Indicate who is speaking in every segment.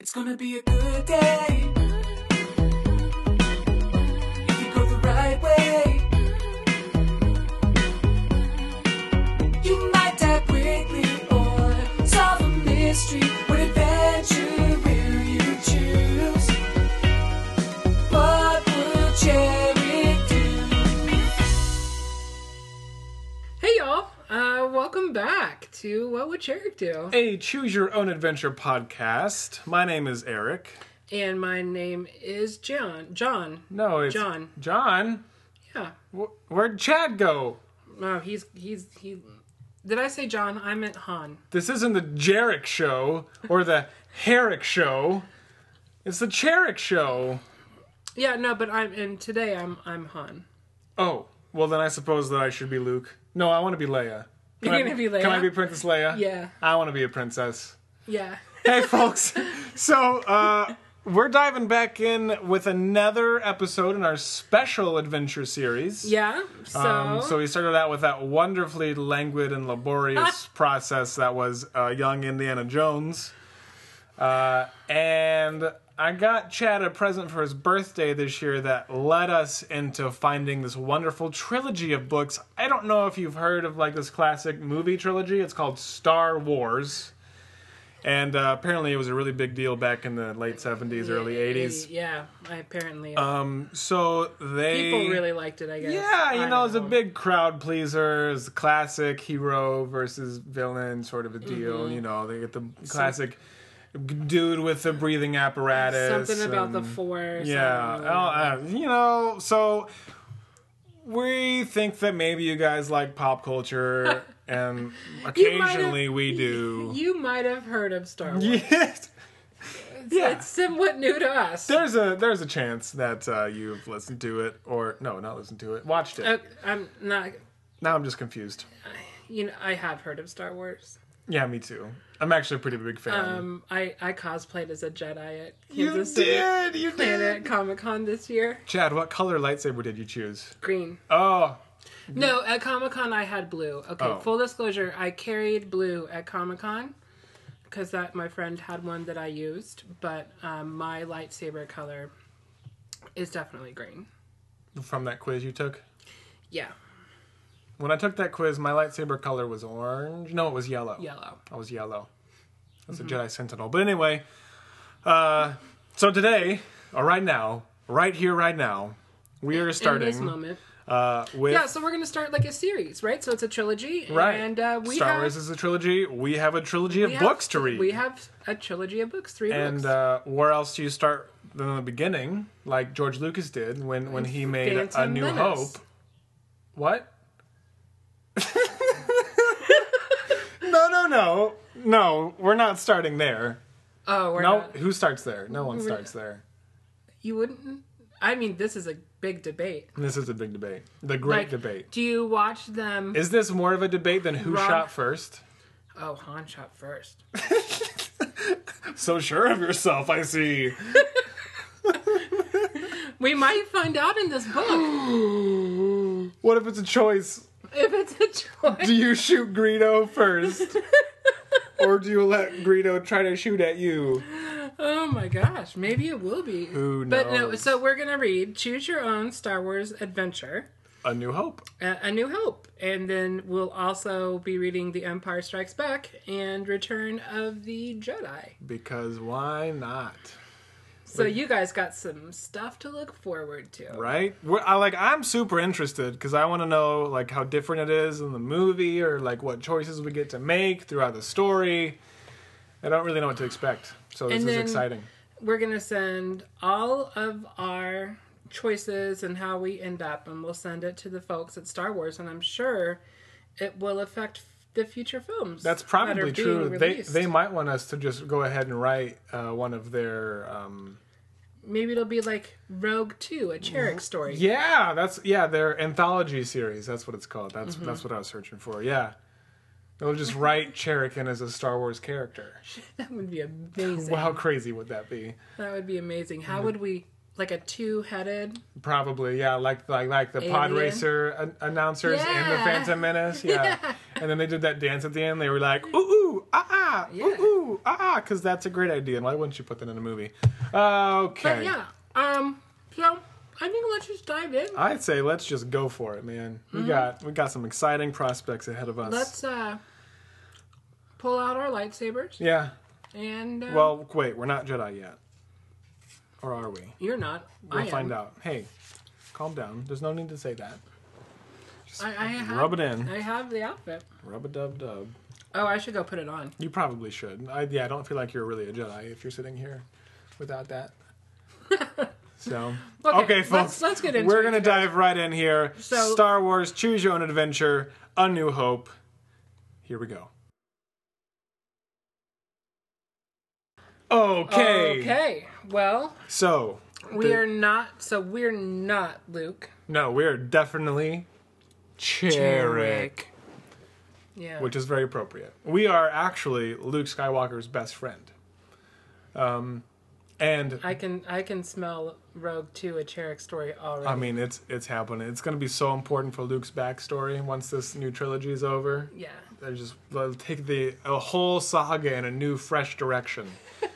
Speaker 1: It's gonna be a good day. If you go the right way, you might die quickly or solve a mystery. What adventure will you choose? What would Jared do?
Speaker 2: Hey y'all, uh, welcome back to What Would Cherrick Do?
Speaker 3: a choose your own adventure podcast. My name is Eric.
Speaker 2: And my name is John. John.
Speaker 3: No, it's
Speaker 2: John.
Speaker 3: John,
Speaker 2: Yeah.
Speaker 3: Wh- where'd Chad go?
Speaker 2: No, he's he's he. Did I say John? I meant Han.
Speaker 3: This isn't the Jarek show or the Herrick show. It's the Cherick show.
Speaker 2: Yeah, no, but I'm and today I'm I'm Han.
Speaker 3: Oh, well then I suppose that I should be Luke. No, I want to be Leia. Can
Speaker 2: You're
Speaker 3: I-
Speaker 2: gonna be Leia?
Speaker 3: Can I be Princess Leia?
Speaker 2: Yeah.
Speaker 3: I want to be a princess.
Speaker 2: Yeah.
Speaker 3: hey folks so uh we're diving back in with another episode in our special adventure series
Speaker 2: Yeah. So.
Speaker 3: um, so we started out with that wonderfully languid and laborious process that was uh, young Indiana Jones, uh, and I got Chad a present for his birthday this year that led us into finding this wonderful trilogy of books. I don't know if you've heard of like this classic movie trilogy. It's called Star Wars, and uh, apparently it was a really big deal back in the late seventies, early eighties. Um,
Speaker 2: Yeah. I apparently
Speaker 3: So they
Speaker 2: people really liked it. I guess.
Speaker 3: yeah,
Speaker 2: I
Speaker 3: you know,
Speaker 2: don't
Speaker 3: it's a big crowd pleaser. It's the classic hero versus villain sort of a deal.
Speaker 2: Mm-hmm.
Speaker 3: You know, they get the classic dude with the breathing apparatus.
Speaker 2: Something about the
Speaker 3: and-
Speaker 2: force. I
Speaker 3: um, yeah,
Speaker 2: don't
Speaker 3: oh,
Speaker 2: know.
Speaker 3: uh, you know, so we think that maybe you guys like pop culture, and
Speaker 2: You might have-
Speaker 3: occasionally we do.
Speaker 2: You might have heard of Star Wars.
Speaker 3: Yes. yeah.
Speaker 2: It's somewhat new to us.
Speaker 3: there's a there's a chance that uh, you've listened to it or no not listened to it watched it
Speaker 2: Uh, I'm not.
Speaker 3: now I'm just confused
Speaker 2: You know, I have heard of Star Wars.
Speaker 3: Yeah, me too. I'm actually a pretty big fan.
Speaker 2: Um, I I cosplayed as a Jedi at
Speaker 3: you
Speaker 2: Kansas City
Speaker 3: did, you
Speaker 2: Planet
Speaker 3: did.
Speaker 2: Comic Con this year.
Speaker 3: Chad, what color lightsaber did you choose?
Speaker 2: Green.
Speaker 3: Oh,
Speaker 2: No, at Comic Con I had blue. Okay,
Speaker 3: Oh.
Speaker 2: full disclosure, I carried blue at Comic Con because that my friend had one that I used, but um, my lightsaber color is definitely green.
Speaker 3: from that quiz you took.
Speaker 2: Yeah,
Speaker 3: When I took that quiz, my lightsaber color was orange. No, it was yellow.
Speaker 2: yellow.
Speaker 3: I was yellow. That's
Speaker 2: Mm-hmm.
Speaker 3: a Jedi Sentinel. But anyway, uh, so today, or right now, right here, right now, we are
Speaker 2: In this
Speaker 3: starting
Speaker 2: moment.
Speaker 3: uh, with
Speaker 2: Yeah, so we're gonna start like a series, right? So it's a trilogy,
Speaker 3: right.
Speaker 2: And uh, we
Speaker 3: Star
Speaker 2: have
Speaker 3: Wars is a trilogy. We have a trilogy
Speaker 2: we
Speaker 3: of
Speaker 2: have-
Speaker 3: books to read.
Speaker 2: We have a trilogy of books, three books.
Speaker 3: And uh, where else do you start than in the beginning, like George Lucas did when, when he made A
Speaker 2: Phantom
Speaker 3: New
Speaker 2: Menace.
Speaker 3: Hope? What? no, no, no. No, we're not starting there.
Speaker 2: oh, we're
Speaker 3: No,
Speaker 2: not.
Speaker 3: who starts there? No one starts there.
Speaker 2: You wouldn't. I mean, this is a big debate.
Speaker 3: This is a big debate. The great
Speaker 2: Like,
Speaker 3: debate.
Speaker 2: Do you watch them?
Speaker 3: Is this more of a debate than who
Speaker 2: Ron-
Speaker 3: shot first?
Speaker 2: oh, Han shot first.
Speaker 3: So sure of yourself, I see.
Speaker 2: We might find out in this book
Speaker 3: What if it's a choice?
Speaker 2: if it's a choice.
Speaker 3: Do you shoot Greedo first? or do you let Greedo try to shoot at you?
Speaker 2: Oh my gosh, maybe it will be.
Speaker 3: Who
Speaker 2: But no,
Speaker 3: knows?
Speaker 2: so we're gonna read "Choose Your Own Star Wars Adventure:
Speaker 3: A New Hope.
Speaker 2: uh, A New Hope," and then we'll also be reading "The Empire Strikes Back" and "Return of the Jedi."
Speaker 3: Because why not?
Speaker 2: So you guys got some stuff to look forward to.
Speaker 3: Right? We're, I like. I'm super interested because I want to know like how different it is in the movie or like what choices we get to make throughout the story. I don't really know what to expect, so this
Speaker 2: And
Speaker 3: is
Speaker 2: then-
Speaker 3: exciting.
Speaker 2: we're gonna send all of our choices and how we end up and we'll send it to the folks at star wars and i'm sure it will affect f- the future films
Speaker 3: That's
Speaker 2: that are
Speaker 3: probably
Speaker 2: being
Speaker 3: true. They
Speaker 2: released.
Speaker 3: they might want us to just go ahead and write uh, one of their. Um,
Speaker 2: maybe it'll be like rogue 2 a Cherick story
Speaker 3: Mm-hmm. yeah, that's yeah their anthology series. That's what it's called. That's
Speaker 2: Mm-hmm.
Speaker 3: that's what I was searching for. Yeah, they'll just write Cherikin as a Star Wars character.
Speaker 2: that would be amazing
Speaker 3: Well, how crazy would that be?
Speaker 2: that would be amazing
Speaker 3: Mm-hmm.
Speaker 2: how would we like a two-headed
Speaker 3: Probably, yeah, like like like the pod
Speaker 2: Alien.
Speaker 3: racer an- announcers and the
Speaker 2: Yeah.
Speaker 3: Phantom Menace, yeah. And then they did that dance at the end. They were like, "Ooh, ooh, ooh, ah, ah,
Speaker 2: Yeah.
Speaker 3: ooh, ooh, ah, ah, because that's a great idea. And why wouldn't you put that in a movie? Uh,
Speaker 2: But
Speaker 3: okay.
Speaker 2: yeah, um, so I think let's just dive in.
Speaker 3: I'd say let's just go for it, man. We got we got some exciting prospects ahead of us.
Speaker 2: Mm-hmm. Let's uh, pull out our lightsabers
Speaker 3: yeah.
Speaker 2: and uh,
Speaker 3: Well, wait, we're not Jedi yet, or are we?
Speaker 2: you're not.
Speaker 3: We'll
Speaker 2: I
Speaker 3: find
Speaker 2: am.
Speaker 3: out. Hey, calm down. There's no need to say that.
Speaker 2: I, I have,
Speaker 3: Rub it in.
Speaker 2: I have the outfit.
Speaker 3: Rub a dub dub.
Speaker 2: Oh, I should go put it on.
Speaker 3: You probably should. I, yeah, I don't feel like you're really a Jedi if you're sitting here without that. so okay,
Speaker 2: Okay,
Speaker 3: folks,
Speaker 2: let's- let's get into
Speaker 3: We're
Speaker 2: it,
Speaker 3: gonna
Speaker 2: you
Speaker 3: dive right in here.
Speaker 2: So-
Speaker 3: Star Wars: Choose Your Own Adventure, A New Hope. Here we go. Okay.
Speaker 2: Okay. Well,
Speaker 3: So
Speaker 2: we
Speaker 3: the-
Speaker 2: are not. So we're not Luke.
Speaker 3: no, we're definitely Cherick,
Speaker 2: Yeah.
Speaker 3: which is very appropriate. We are actually Luke Skywalker's best friend. Um, and
Speaker 2: I can I can smell Rogue Two a Cherick story already.
Speaker 3: I mean, it's it's happening. It's going to be so important for Luke's backstory once this new trilogy is over.
Speaker 2: yeah.
Speaker 3: They're just they'll take the a whole saga in a new, fresh direction,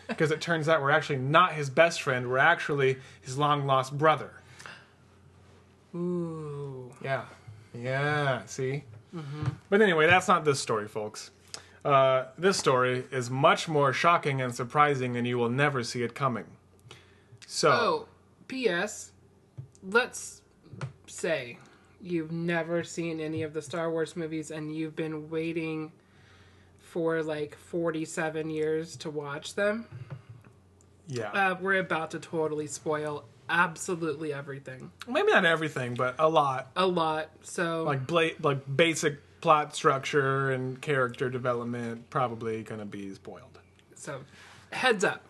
Speaker 3: because it turns out we're actually not his best friend. We're actually his long lost brother.
Speaker 2: Ooh.
Speaker 3: Yeah, yeah. See,
Speaker 2: Mm-hmm.
Speaker 3: but anyway, that's not this story, folks. Uh, this story is much more shocking and surprising, and you will never see it coming. So.
Speaker 2: Oh, P.S. Let's say you've never seen any of the Star Wars movies and you've been waiting for like 47 years to watch them.
Speaker 3: Yeah,
Speaker 2: Uh, we're about to totally spoil absolutely everything.
Speaker 3: maybe not everything, but a lot.
Speaker 2: A lot. So,
Speaker 3: like bla- like basic plot structure and character development probably gonna be spoiled.
Speaker 2: so heads up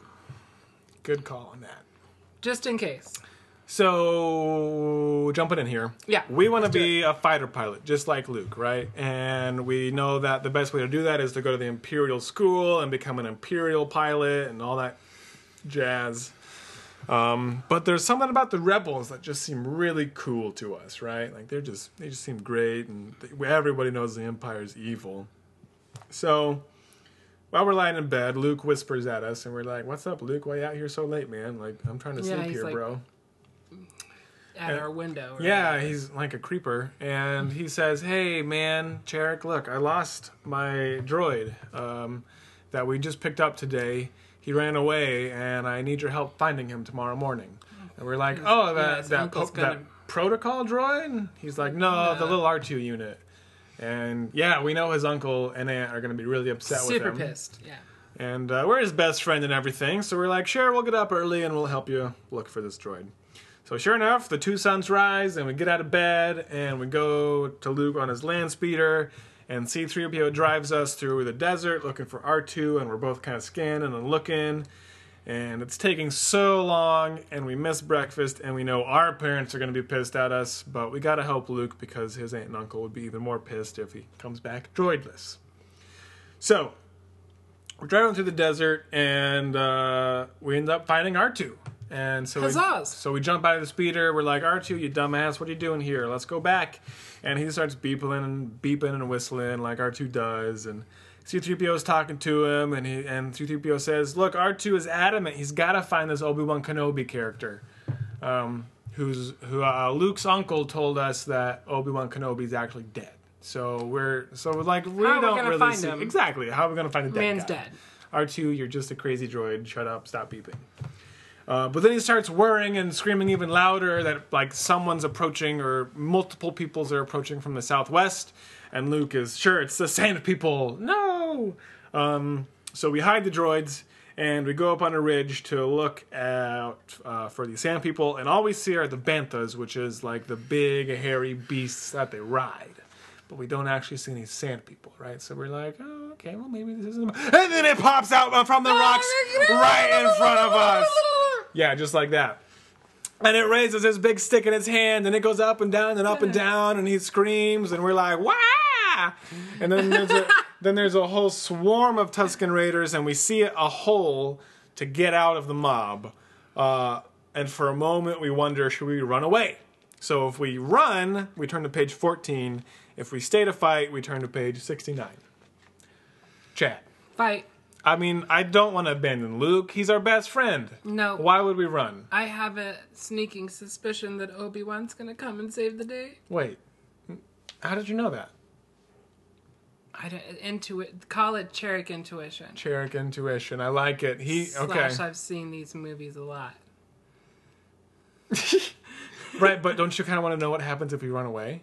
Speaker 3: Good call on that.
Speaker 2: just in case.
Speaker 3: So jumping in here,
Speaker 2: Yeah,
Speaker 3: we want to be a fighter pilot just like Luke, right? And we know that the best way to do that is to go to the Imperial School and become an Imperial pilot and all that jazz. Um, but there's something about the rebels that just seem really cool to us, right? Like they're just they just seem great, and they, everybody knows the Empire's evil. So while we're lying in bed, Luke whispers at us, and we're like, "What's up, Luke? Why you out here so late, man? Like I'm trying to
Speaker 2: Yeah,
Speaker 3: sleep
Speaker 2: he's
Speaker 3: here,
Speaker 2: like-
Speaker 3: bro."
Speaker 2: At our window. or-
Speaker 3: Yeah, he's like a creeper, and he says, "Hey, man, Cherick, look, I lost my droid um, that we just picked up today. He ran away, and I need your help finding him tomorrow morning." And we're like, "Oh, that
Speaker 2: his
Speaker 3: that,
Speaker 2: uncle's
Speaker 3: po- that
Speaker 2: gonna-
Speaker 3: protocol droid?" He's like, "No, the
Speaker 2: No.
Speaker 3: little R two unit." And yeah, we know his uncle and aunt are going to be really upset
Speaker 2: Super
Speaker 3: with him.
Speaker 2: pissed. Yeah.
Speaker 3: And uh, we're his best friend and everything, so we're like, sure, we'll get up early and we'll help you look for this droid. So sure enough, the two suns rise and we get out of bed and we go to Luke on his land speeder. And C3PO drives us through the desert looking for R2, and we're both kind of scanning and looking. And it's taking so long, and we miss breakfast, and we know our parents are going to be pissed at us, but we got to help Luke because his aunt and uncle would be even more pissed if he comes back droidless. So we're driving through the desert and uh, we end up finding R2. And so we,
Speaker 2: Huzzahs.
Speaker 3: so we jump out of the speeder. We're like, R2, you dumbass, what are you doing here? Let's go back. And he starts beeping and beeping and whistling like R2 does. And C3PO is talking to him. And, he, and C3PO says, Look, R2 is adamant. He's got to find this Obi Wan Kenobi character. Um, who's who? Uh, Luke's uncle told us that Obi Wan Kenobi's actually dead. So we're so we're like we
Speaker 2: How are we
Speaker 3: don't
Speaker 2: gonna
Speaker 3: really
Speaker 2: find
Speaker 3: see
Speaker 2: him?
Speaker 3: exactly how are we gonna find a dead
Speaker 2: Man's
Speaker 3: guy?
Speaker 2: dead.
Speaker 3: R2, you're just a crazy droid. Shut up. Stop beeping. Uh, but then he starts whirring and screaming even louder that like someone's approaching or multiple peoples are approaching from the southwest. And Luke is sure it's the Sand People. No. Um, so we hide the droids and we go up on a ridge to look out uh, for the Sand People. And all we see are the Banthas, which is like the big hairy beasts that they ride but we don't actually see any sand people, right? So we're like, oh, okay, well, maybe this isn't. And then it pops out from the rocks right in front of us. Yeah, just like that. And it raises his big stick in his hand, and it goes up and down and up and down, and he screams, and we're like, "Wah!" And then there's a, then there's a whole swarm of Tuscan Raiders, and we see a hole to get out of the mob. Uh, and for a moment, we wonder, should we run away? So if we run, we turn to page 14. If we stay to fight, we turn to page 69. Chat.
Speaker 2: Fight.
Speaker 3: I mean, I don't want to abandon Luke. He's our best friend.
Speaker 2: No.
Speaker 3: Why would we run?
Speaker 2: I have a sneaking suspicion that Obi Wan's gonna come and save the day.
Speaker 3: Wait. How did you know that?
Speaker 2: I don't intuit. Call it Cherrick intuition.
Speaker 3: Cherrick intuition. I like it. He okay.
Speaker 2: Slash, I've seen these movies a lot.
Speaker 3: right, but don't you kind of want to know what happens if we run away?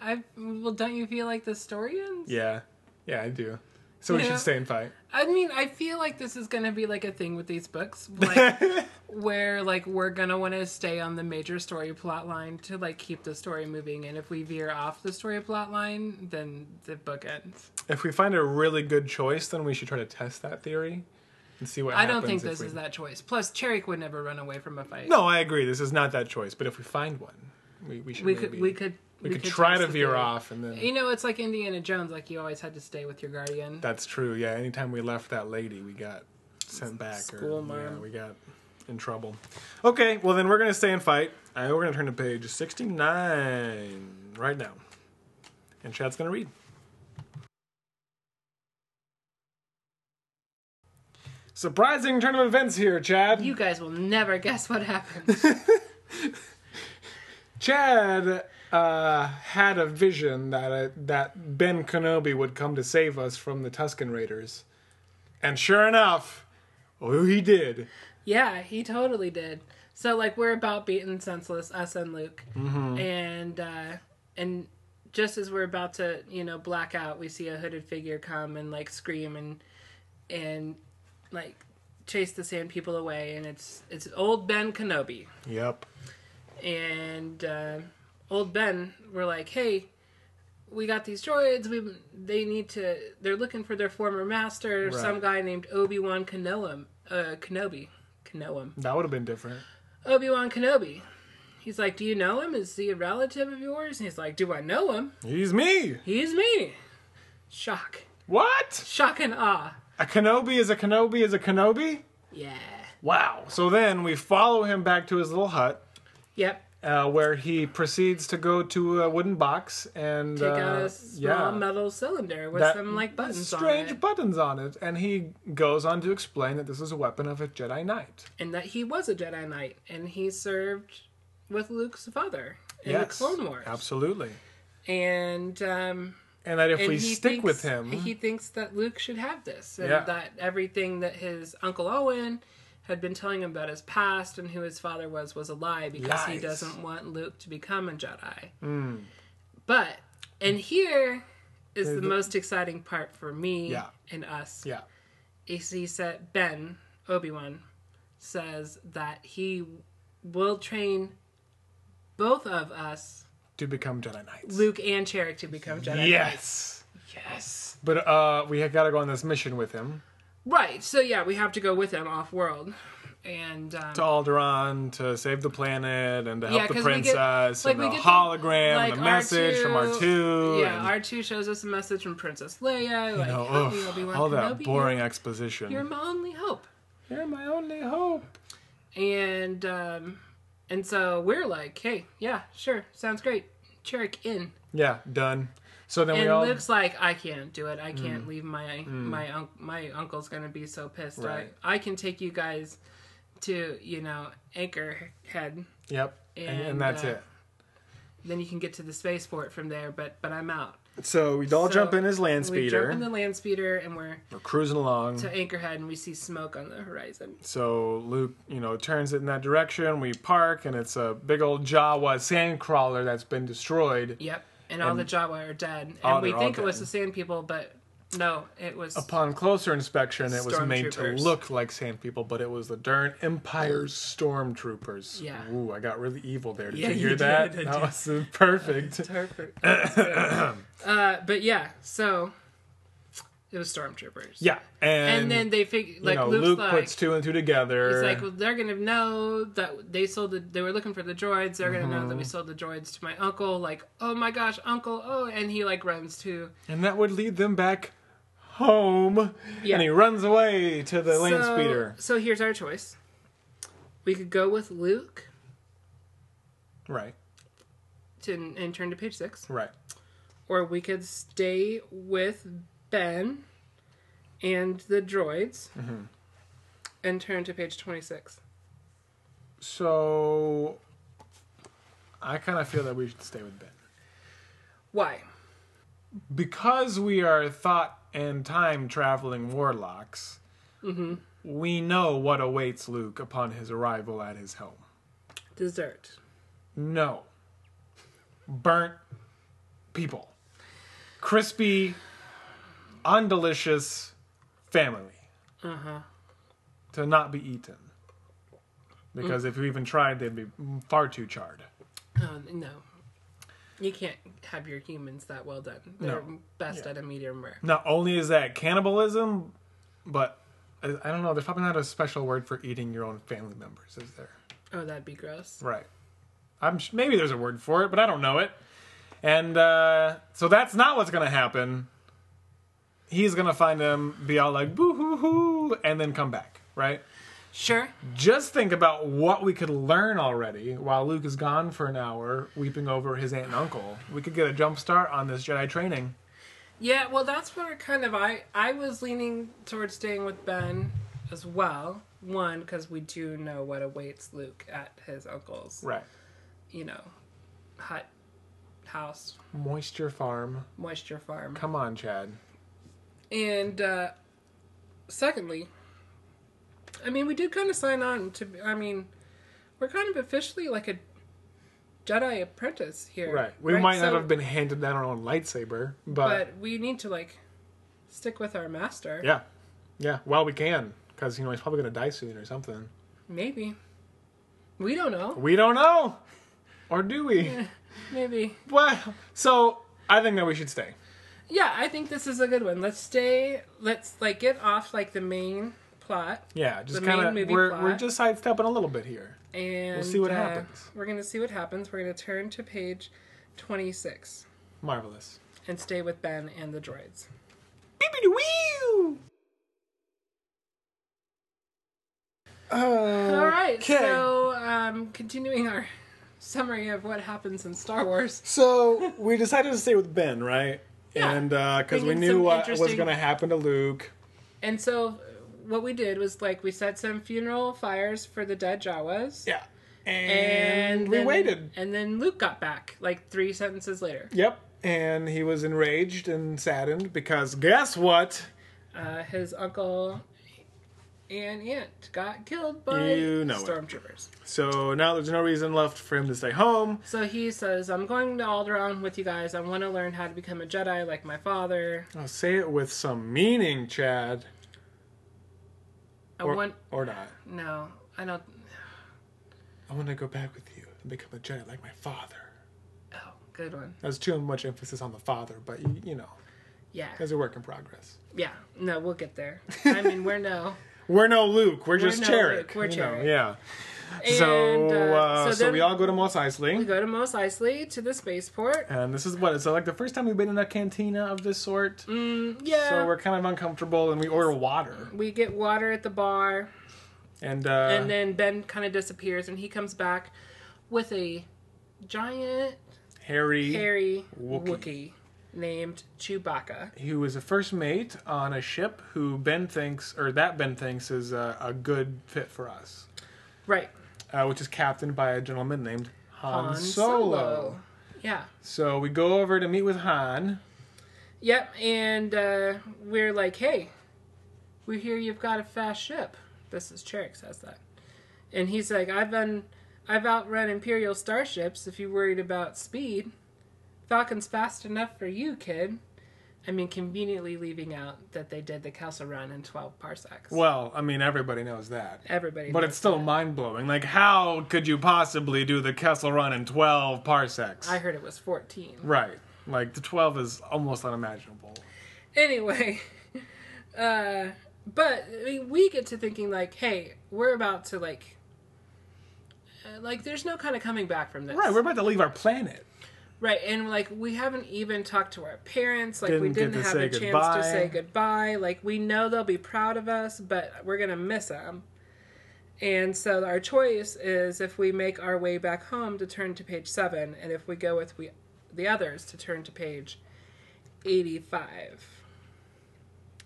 Speaker 2: I well, don't you feel like the story ends?
Speaker 3: Yeah. Yeah, I do. So we
Speaker 2: Yeah.
Speaker 3: should stay and fight.
Speaker 2: I mean, I feel like this is gonna be like a thing with these books, like where like we're gonna want to stay on the major story plot line to like keep the story moving, and if we veer off the story plot line, then the book ends.
Speaker 3: If we find a really good choice, then we should try to test that theory and see what
Speaker 2: I
Speaker 3: happens.
Speaker 2: don't think
Speaker 3: if
Speaker 2: this
Speaker 3: we-
Speaker 2: is that choice. Plus, Cherrick would never run away from a fight.
Speaker 3: No, I agree. This is not that choice. But if we find one, we, we should
Speaker 2: we
Speaker 3: maybe,
Speaker 2: could we could
Speaker 3: we could try
Speaker 2: test
Speaker 3: to
Speaker 2: the
Speaker 3: veer
Speaker 2: theory.
Speaker 3: off and then
Speaker 2: You know, it's like Indiana Jones. Like you always had to stay with your guardian.
Speaker 3: that's true. Yeah, anytime we left that lady, we got sent back
Speaker 2: School
Speaker 3: or yeah,
Speaker 2: mom.
Speaker 3: we got in trouble. Okay, well then we're gonna stay and fight. And we're gonna turn to page sixty nine right now, and Chad's gonna read. Surprising turn of events here, Chad.
Speaker 2: You guys will never guess what happened.
Speaker 3: Chad uh, had a vision that uh, that Ben Kenobi would come to save us from the Tusken Raiders, and sure enough, oh, he did.
Speaker 2: Yeah, he totally did. So like we're about beaten senseless, us and Luke, and uh, and just as we're about to you know black out, we see a hooded figure come and like scream and and like chase the sand people away, and it's it's old Ben Kenobi
Speaker 3: Yep.
Speaker 2: and uh, old Ben were like, "Hey, we got these droids. We they need to. They're looking for their former master, some guy named Obi Wan Kenobi. Uh, Kenobi, Kenobi.
Speaker 3: That would have been different.
Speaker 2: Obi Wan Kenobi." He's like, "Do you know him? Is he a relative of yours?" And he's like, "Do I know him?
Speaker 3: He's me.
Speaker 2: He's me." Shock,
Speaker 3: What?
Speaker 2: shock and awe.
Speaker 3: A Kenobi is a Kenobi is a Kenobi?
Speaker 2: Yeah.
Speaker 3: Wow. So then we follow him back to his little hut,
Speaker 2: Yep.
Speaker 3: uh, where he proceeds to go to a wooden box and
Speaker 2: Take
Speaker 3: uh,
Speaker 2: out a small metal cylinder with
Speaker 3: that-
Speaker 2: some like buttons
Speaker 3: strange
Speaker 2: on it,
Speaker 3: buttons on it, and he goes on to explain that this is a weapon of a Jedi Knight.
Speaker 2: and that he was a Jedi Knight and he served with Luke's father in the Clone Wars.
Speaker 3: Absolutely.
Speaker 2: And um,
Speaker 3: And that if
Speaker 2: and
Speaker 3: we
Speaker 2: he
Speaker 3: stick with
Speaker 2: thinks-
Speaker 3: him,
Speaker 2: he thinks that Luke should have this, and
Speaker 3: Yeah.
Speaker 2: that everything that his uncle Owen had been telling him about his past and who his father was was a lie because he
Speaker 3: Lies. Hmm.
Speaker 2: doesn't want Luke to become a Jedi. But and here is the most exciting part for me
Speaker 3: Yeah.
Speaker 2: and us
Speaker 3: yeah,
Speaker 2: is he said Ben Obi Wan says that he will train both of us,
Speaker 3: to become Jedi Knights.
Speaker 2: Luke and Cherrick, to become Jedi.
Speaker 3: yes.
Speaker 2: Knights. yes.
Speaker 3: But uh, we have got to go on this mission with him
Speaker 2: Right. So yeah, we have to go with him off world, and um,
Speaker 3: to Alderaan to save the planet and to help
Speaker 2: Yeah,
Speaker 3: the
Speaker 2: 'cause we get-
Speaker 3: princess
Speaker 2: like,
Speaker 3: and
Speaker 2: we
Speaker 3: the
Speaker 2: get the-
Speaker 3: hologram
Speaker 2: like,
Speaker 3: and the message from
Speaker 2: R2,
Speaker 3: R2.
Speaker 2: yeah,
Speaker 3: and,
Speaker 2: R two shows us a message from Princess Leia. Like,
Speaker 3: you know,
Speaker 2: help me,
Speaker 3: ugh,
Speaker 2: Obi-Wan
Speaker 3: all that
Speaker 2: Kenobi,
Speaker 3: boring
Speaker 2: You're
Speaker 3: exposition.
Speaker 2: my only hope.
Speaker 3: You're my only hope.
Speaker 2: And um, and so we're like, hey, yeah, sure, sounds great. Cherrick in.
Speaker 3: Yeah, done. So then we
Speaker 2: and
Speaker 3: all.
Speaker 2: Luke's like, I can't do it. I
Speaker 3: Hmm.
Speaker 2: can't leave my my un- my uncle's gonna be so pissed.
Speaker 3: Right.
Speaker 2: I, I can take you guys to you know Anchorhead.
Speaker 3: yep. And, and
Speaker 2: and,
Speaker 3: that's
Speaker 2: uh,
Speaker 3: it.
Speaker 2: Then you can get to the spaceport from there. But but I'm out.
Speaker 3: So we all
Speaker 2: So
Speaker 3: jump in his land
Speaker 2: We
Speaker 3: speeder.
Speaker 2: jump in the land speeder and we're
Speaker 3: We're cruising along.
Speaker 2: to Anchorhead and we see smoke on the horizon.
Speaker 3: So Luke, you know, turns it in that direction. We park, and it's a big old Jawa sand crawler that's been destroyed.
Speaker 2: Yep. And, all the Jawa are dead.
Speaker 3: Oh,
Speaker 2: And we
Speaker 3: they're all
Speaker 2: think it was
Speaker 3: dead.
Speaker 2: the sand people, but no, it was
Speaker 3: Upon closer inspection, it was made to
Speaker 2: Stormtroopers.
Speaker 3: look like sand people, but it was the darn Empire's stormtroopers.
Speaker 2: Yeah.
Speaker 3: Ooh, I got really evil there. Did
Speaker 2: Yeah,
Speaker 3: you
Speaker 2: you
Speaker 3: hear
Speaker 2: did,
Speaker 3: that?
Speaker 2: I
Speaker 3: that
Speaker 2: did.
Speaker 3: was uh, perfect.
Speaker 2: perfect. uh, but yeah, so it was stormtroopers.
Speaker 3: Yeah, and,
Speaker 2: And, then they figure like
Speaker 3: you know,
Speaker 2: Luke's
Speaker 3: Luke
Speaker 2: like
Speaker 3: puts two and two together.
Speaker 2: It's like well, they're gonna know that they sold the. They were looking for the droids. They're gonna know that we
Speaker 3: Mm-hmm.
Speaker 2: sold the droids to my uncle. Like, oh my gosh, uncle! Oh, and he like runs to
Speaker 3: and that would lead them back home.
Speaker 2: Yeah.
Speaker 3: And he runs away to the land
Speaker 2: so,
Speaker 3: speeder.
Speaker 2: So here's our choice. We could go with Luke
Speaker 3: Right,
Speaker 2: to, and turn to page six,
Speaker 3: right.
Speaker 2: or we could stay with Ben and the droids,
Speaker 3: Mm-hmm.
Speaker 2: and turn to page 26.
Speaker 3: So I kind of feel that we should stay with Ben.
Speaker 2: Why?
Speaker 3: Because we are thought and time traveling warlocks, we know what awaits Luke upon his arrival at his home.
Speaker 2: Dessert.
Speaker 3: No. Burnt people. Crispy, undelicious family. To not be eaten. Because if you even tried, they'd be far too charred.
Speaker 2: Oh, no. You can't have your humans that well done. They're
Speaker 3: No.
Speaker 2: best at a medium rare.
Speaker 3: Not only is that cannibalism, but I, I don't know, there's probably not a special word for eating your own family members, is there?
Speaker 2: Oh, that'd be gross.
Speaker 3: Right. I'm sh- maybe there's a word for it, but I don't know it. And uh, so that's not what's gonna happen. He's gonna find them, be all like boo hoo hoo, and then come back. Right.
Speaker 2: Sure.
Speaker 3: Just think about what we could learn already while Luke is gone for an hour, weeping over his aunt and uncle. We could get a jump start on this Jedi training.
Speaker 2: Yeah, well, that's where kind of I I was leaning towards staying with Ben as well. One, because we do know what awaits Luke at his uncle's,
Speaker 3: Right.
Speaker 2: you know, hut, house,
Speaker 3: Moisture Farm.
Speaker 2: moisture farm.
Speaker 3: Come on, Chad.
Speaker 2: And uh, secondly, I mean, we did kind of sign on to. I mean, we're kind of officially like a Jedi apprentice here.
Speaker 3: Right. We might not
Speaker 2: So-
Speaker 3: have been handed down our own lightsaber, but
Speaker 2: but we need to like stick with our master.
Speaker 3: yeah, yeah. Well, we can because you know he's probably gonna die soon or something.
Speaker 2: Maybe. We don't know.
Speaker 3: We don't know. Or do we?
Speaker 2: Maybe.
Speaker 3: Well, so I think that we should stay.
Speaker 2: Yeah, I think this is a good one. Let's stay. Let's like get off like the main plot,
Speaker 3: Yeah,
Speaker 2: The
Speaker 3: just
Speaker 2: main
Speaker 3: kind of
Speaker 2: movie
Speaker 3: we're
Speaker 2: plot.
Speaker 3: we're just sidestepping a little bit here.
Speaker 2: and uh,
Speaker 3: We'll see what happens.
Speaker 2: We're gonna see what happens. We're gonna turn to page twenty-six
Speaker 3: Marvelous.
Speaker 2: and stay with Ben and the droids.
Speaker 3: Beep-a-doo-wee! Uh,
Speaker 2: All right.
Speaker 3: Okay.
Speaker 2: So, um, continuing our summary of what happens in Star Wars.
Speaker 3: So we decided to stay with Ben, right?
Speaker 2: Yeah.
Speaker 3: And because we
Speaker 2: Bring in
Speaker 3: knew
Speaker 2: some
Speaker 3: what was
Speaker 2: interesting-
Speaker 3: going to happen to Luke.
Speaker 2: And so, what we did was like we set some funeral fires for the dead Jawas.
Speaker 3: Yeah. And,
Speaker 2: And
Speaker 3: we
Speaker 2: then-
Speaker 3: waited.
Speaker 2: And then Luke got back like three sentences later.
Speaker 3: Yep. And he was enraged and saddened because guess what?
Speaker 2: Uh, his uncle and aunt got killed by
Speaker 3: You know it.
Speaker 2: stormtroopers.
Speaker 3: So now there's no reason left for him to stay home.
Speaker 2: So he says, "I'm going to Alderaan with you guys. I want to learn how to become a Jedi like my father.
Speaker 3: Oh, say it with some meaning, Chad.
Speaker 2: I
Speaker 3: Or,
Speaker 2: want
Speaker 3: or not.
Speaker 2: no, I don't.
Speaker 3: I want to go back with you and become a Jedi like my father.
Speaker 2: Oh, good one.
Speaker 3: There's too much emphasis on the father, but you, you know,
Speaker 2: Yeah,
Speaker 3: it's a work in progress.
Speaker 2: yeah. No, we'll get there. I mean, we're no."
Speaker 3: We're no Luke. We're, just
Speaker 2: no
Speaker 3: Cherick.
Speaker 2: Luke, we're
Speaker 3: you know,
Speaker 2: Cherick.
Speaker 3: Yeah.
Speaker 2: And,
Speaker 3: so,
Speaker 2: uh,
Speaker 3: uh, so,
Speaker 2: then
Speaker 3: we all go to Mos Eisley,
Speaker 2: we go to Mos Eisley to the spaceport.
Speaker 3: and this is what. So like the first time we've been in a cantina of this sort.
Speaker 2: Yeah.
Speaker 3: So we're kind of uncomfortable, and we order water,
Speaker 2: we get water at the bar,
Speaker 3: and uh,
Speaker 2: and then Ben kind of disappears, and he comes back with a giant,
Speaker 3: Harry,
Speaker 2: hairy
Speaker 3: Wookiee.
Speaker 2: Wookiee, named Chewbacca.
Speaker 3: who is a first mate on a ship, who Ben thinks, or that Ben thinks, is a, a good fit for us.
Speaker 2: Right.
Speaker 3: uh, which is captained by a gentleman named Han,
Speaker 2: Han
Speaker 3: Solo.
Speaker 2: Yeah.
Speaker 3: So we go over to meet with Han.
Speaker 2: Yep. And uh, we're like, hey, we hear you've got a fast ship. This is Cherick says that, and he's like, I've been, I've outrun Imperial starships. If you're worried about speed, Falcon's fast enough for you, kid. I mean, conveniently leaving out that they did the Kessel Run in 12 parsecs.
Speaker 3: Well, I mean, everybody knows that.
Speaker 2: Everybody,
Speaker 3: But
Speaker 2: knows
Speaker 3: it's still
Speaker 2: that.
Speaker 3: mind blowing. Like, how could you possibly do the Kessel Run in 12 parsecs?
Speaker 2: I heard it was 14.
Speaker 3: right. Like, the 12 is almost unimaginable.
Speaker 2: anyway uh but I mean, we get to thinking like hey we're about to like uh, like there's no kind of coming back from this
Speaker 3: Right, we're about to leave our planet.
Speaker 2: Right, and like we haven't even talked to our parents like we
Speaker 3: Didn't get
Speaker 2: didn't
Speaker 3: to
Speaker 2: have
Speaker 3: say
Speaker 2: a chance
Speaker 3: goodbye.
Speaker 2: to say goodbye like we know they'll be proud of us but we're gonna miss them and so our choice is if we make our way back home to turn to page seven and if we go with we the others to turn to page 85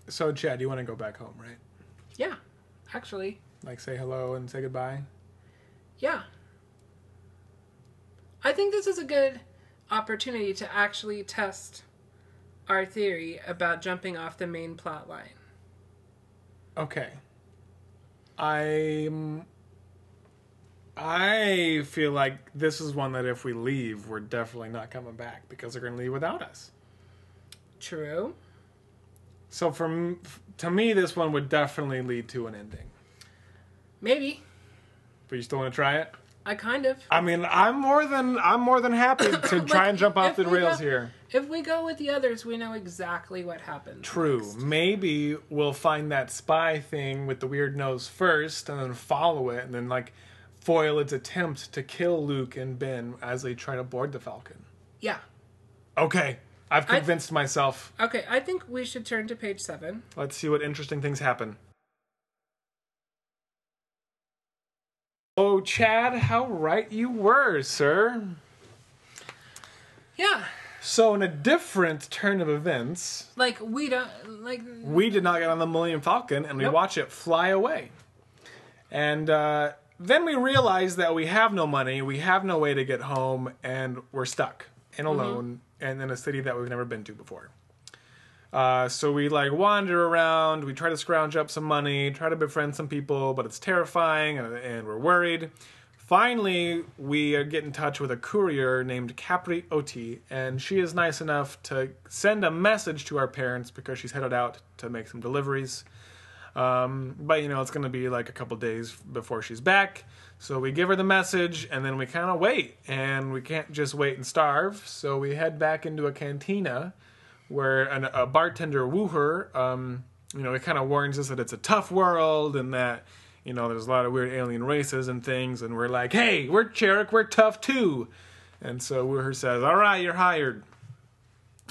Speaker 3: So, Chad, you want to go back home, right?
Speaker 2: Yeah, actually,
Speaker 3: Like, say hello and say goodbye.
Speaker 2: yeah. I think this is a good opportunity to actually test our theory about jumping off the main plot line.
Speaker 3: Okay. I'm. I feel like this is one that if we leave, we're definitely not coming back because they're going to leave without us.
Speaker 2: True.
Speaker 3: So, from to me, this one would definitely lead to an ending.
Speaker 2: Maybe.
Speaker 3: But you still want to try it?
Speaker 2: I kind of.
Speaker 3: I mean, I'm more than I'm more than happy to try and jump off
Speaker 2: if
Speaker 3: the
Speaker 2: we
Speaker 3: rails
Speaker 2: got-
Speaker 3: here.
Speaker 2: If we go with the others, we know exactly what happened.
Speaker 3: True. Maybe we'll find that spy thing with the weird nose first, and then follow it, and then like foil its attempt to kill Luke and Ben as they try to board the Falcon.
Speaker 2: Yeah.
Speaker 3: Okay, I've convinced myself.
Speaker 2: Okay, I think we should turn to page seven.
Speaker 3: Let's see what interesting things happen. Oh, Chad, how right you were, sir.
Speaker 2: Yeah.
Speaker 3: So, in a different turn of events,
Speaker 2: Like, we don't. Like,
Speaker 3: we did not get on the Millennium Falcon, and we
Speaker 2: Nope.
Speaker 3: watch it fly away. And uh, then we realize that we have no money, we have no way to get home, and we're stuck and alone and in a city that we've never been to before. Uh, so we like wander around, we try to scrounge up some money, try to befriend some people, but it's terrifying and, and we're worried. Finally, we uh, get in touch with a courier named Capri Oti, and she is nice enough to send a message to our parents because she's headed out to make some deliveries. Um, but you know, it's going to be like a couple days before she's back. So we give her the message, and then we kind of wait, and we can't just wait and starve. So we head back into a cantina where an, a bartender woo her. Um, you know, it kind of warns us that it's a tough world and that you know there's a lot of weird alien races and things. And we're like, hey, we're Cherok, we're tough too. And so Wooher says, all right, you're hired.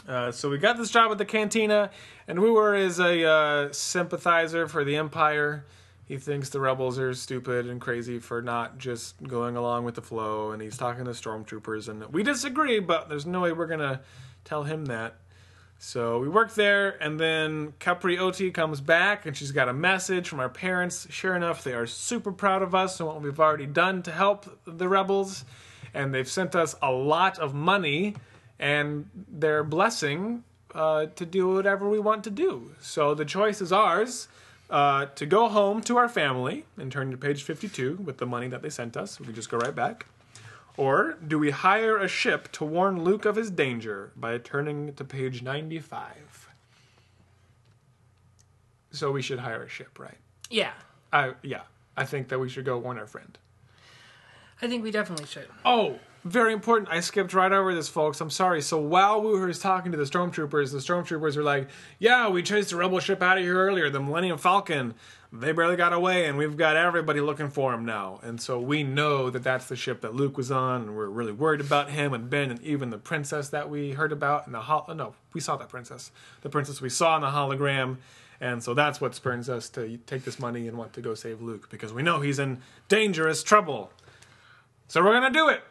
Speaker 3: Uh, so we got this job at the cantina, and Wooer is a uh, sympathizer for the Empire. He thinks the rebels are stupid and crazy for not just going along with the flow, and he's talking to stormtroopers, and we disagree, but there's no way we're gonna tell him that. So we work there, and then Capri Oti comes back, and she's got a message from our parents. Sure enough, they are super proud of us and what we've already done to help the rebels, and they've sent us a lot of money and their blessing uh, to do whatever we want to do. So the choice is ours uh, to go home to our family and turn to page 52 with the money that they sent us. We can just go right back. Or do we hire a ship to warn Luke of his danger by turning to page 95? So we should hire a ship, right?
Speaker 2: yeah.
Speaker 3: I, yeah, I think that we should go warn our friend.
Speaker 2: I think we definitely should.
Speaker 3: Oh, very important. I skipped right over this, folks. I'm sorry. So while Wooher is talking to the stormtroopers, the stormtroopers are like, "Yeah, we chased the rebel ship out of here earlier, the Millennium Falcon. They barely got away, and we've got everybody looking for him now. And so we know that that's the ship that Luke was on, and we're really worried about him and Ben, and even the princess that we heard about in the hol- oh, no, we saw that princess, the princess we saw in the hologram." And so that's what spurns us to take this money and want to go save Luke because we know he's in dangerous trouble. So we're gonna do it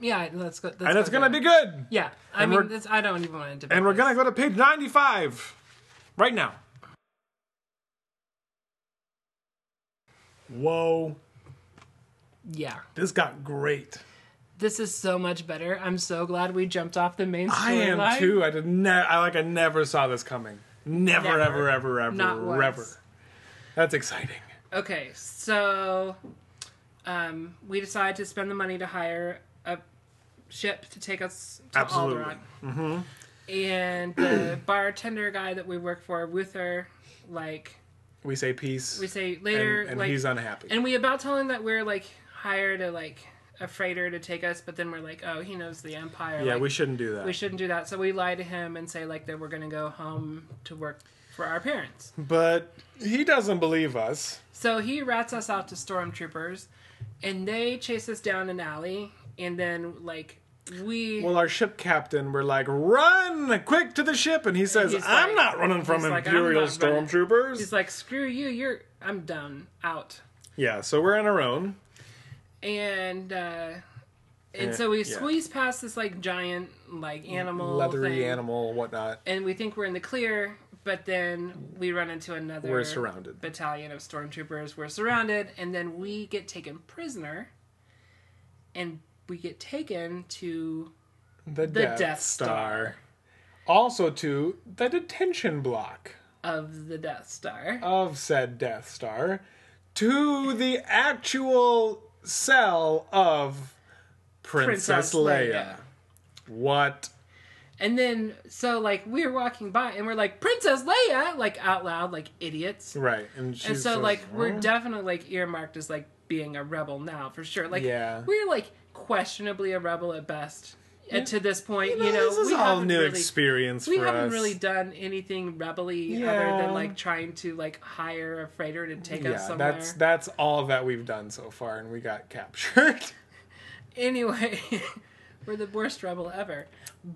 Speaker 2: Yeah, let's go. Let's
Speaker 3: and it's
Speaker 2: go
Speaker 3: gonna
Speaker 2: there.
Speaker 3: be good.
Speaker 2: Yeah. I
Speaker 3: And
Speaker 2: mean,
Speaker 3: we're-
Speaker 2: this, I don't even want to debate.
Speaker 3: And we're
Speaker 2: this.
Speaker 3: gonna go to page 95 right now. Whoa,
Speaker 2: Yeah.
Speaker 3: this got great.
Speaker 2: This is so much better. I'm so glad we jumped off the main
Speaker 3: I am
Speaker 2: storyline.
Speaker 3: too. I did ne- I like I never saw this coming. Never,
Speaker 2: Never.
Speaker 3: ever, ever, ever,
Speaker 2: Not once.
Speaker 3: ever. That's exciting.
Speaker 2: Okay, so um, we decide to spend the money to hire a ship to take us to
Speaker 3: Absolutely. Mm-hmm.
Speaker 2: Alderaan. And the bartender guy that we work for, Wuther, like
Speaker 3: We say peace.
Speaker 2: we say later,
Speaker 3: and, and
Speaker 2: like,
Speaker 3: he's unhappy.
Speaker 2: and we about tell him that we're like hired a like a freighter to take us, but then we're like, oh, he knows the Empire.
Speaker 3: yeah,
Speaker 2: like,
Speaker 3: we shouldn't do that.
Speaker 2: we shouldn't do that. So we lie to him and say like that we're gonna go home to work for our parents.
Speaker 3: But he doesn't believe us.
Speaker 2: So he rats us out to stormtroopers, and they chase us down an alley, and then like we
Speaker 3: Well, our ship captain, we're like, run quick to the ship, and he says,
Speaker 2: He's
Speaker 3: "I'm
Speaker 2: like-
Speaker 3: not running from
Speaker 2: he's like, "I'm
Speaker 3: imperial
Speaker 2: not running."
Speaker 3: stormtroopers."
Speaker 2: he's like, screw you, you're I'm done out,
Speaker 3: Yeah, so we're on our own.
Speaker 2: and uh, and
Speaker 3: Eh,
Speaker 2: so we
Speaker 3: yeah. Mm,
Speaker 2: squeeze past this like giant like animal
Speaker 3: Leathery
Speaker 2: thing,
Speaker 3: animal, whatnot.
Speaker 2: and we think we're in the clear, But then we run into another
Speaker 4: We're surrounded.
Speaker 2: battalion of stormtroopers. We're surrounded, and then we get taken prisoner, and we get taken to
Speaker 3: The,
Speaker 2: Death Star.
Speaker 3: Also to the detention block
Speaker 2: of the Death Star.
Speaker 3: of said Death Star to the actual cell of Princess,
Speaker 2: Princess
Speaker 3: Leia.
Speaker 2: Leia.
Speaker 3: What?
Speaker 2: And then, so like we're walking by, and we're like Princess Leia, like out loud, like idiots.
Speaker 3: Right. And, she
Speaker 2: and so
Speaker 3: says,
Speaker 2: like we're
Speaker 3: "Huh?"
Speaker 2: definitely like earmarked as like being a rebel now for sure like
Speaker 3: Yeah.
Speaker 2: we're like questionably a rebel at best uh, to this point you know,
Speaker 3: this is
Speaker 2: we
Speaker 3: all
Speaker 2: haven't
Speaker 3: new
Speaker 2: really,
Speaker 3: experience
Speaker 2: we
Speaker 3: for
Speaker 2: haven't
Speaker 3: us.
Speaker 2: really done anything rebelly other
Speaker 3: Yeah.
Speaker 2: than like trying to like hire a freighter to take us
Speaker 3: yeah,
Speaker 2: somewhere
Speaker 3: that's that's all that we've done so far, and we got captured.
Speaker 2: anyway we're the worst rebel ever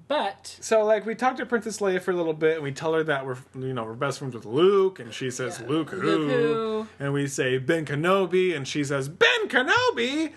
Speaker 2: but
Speaker 3: so like we talked to Princess Leia for a little bit, and we tell her that we're you know we're best friends with Luke, and she says
Speaker 2: Yeah.
Speaker 3: Luke, who?
Speaker 2: Luke who?
Speaker 3: and we say Ben Kenobi, and she says Ben Kenobi,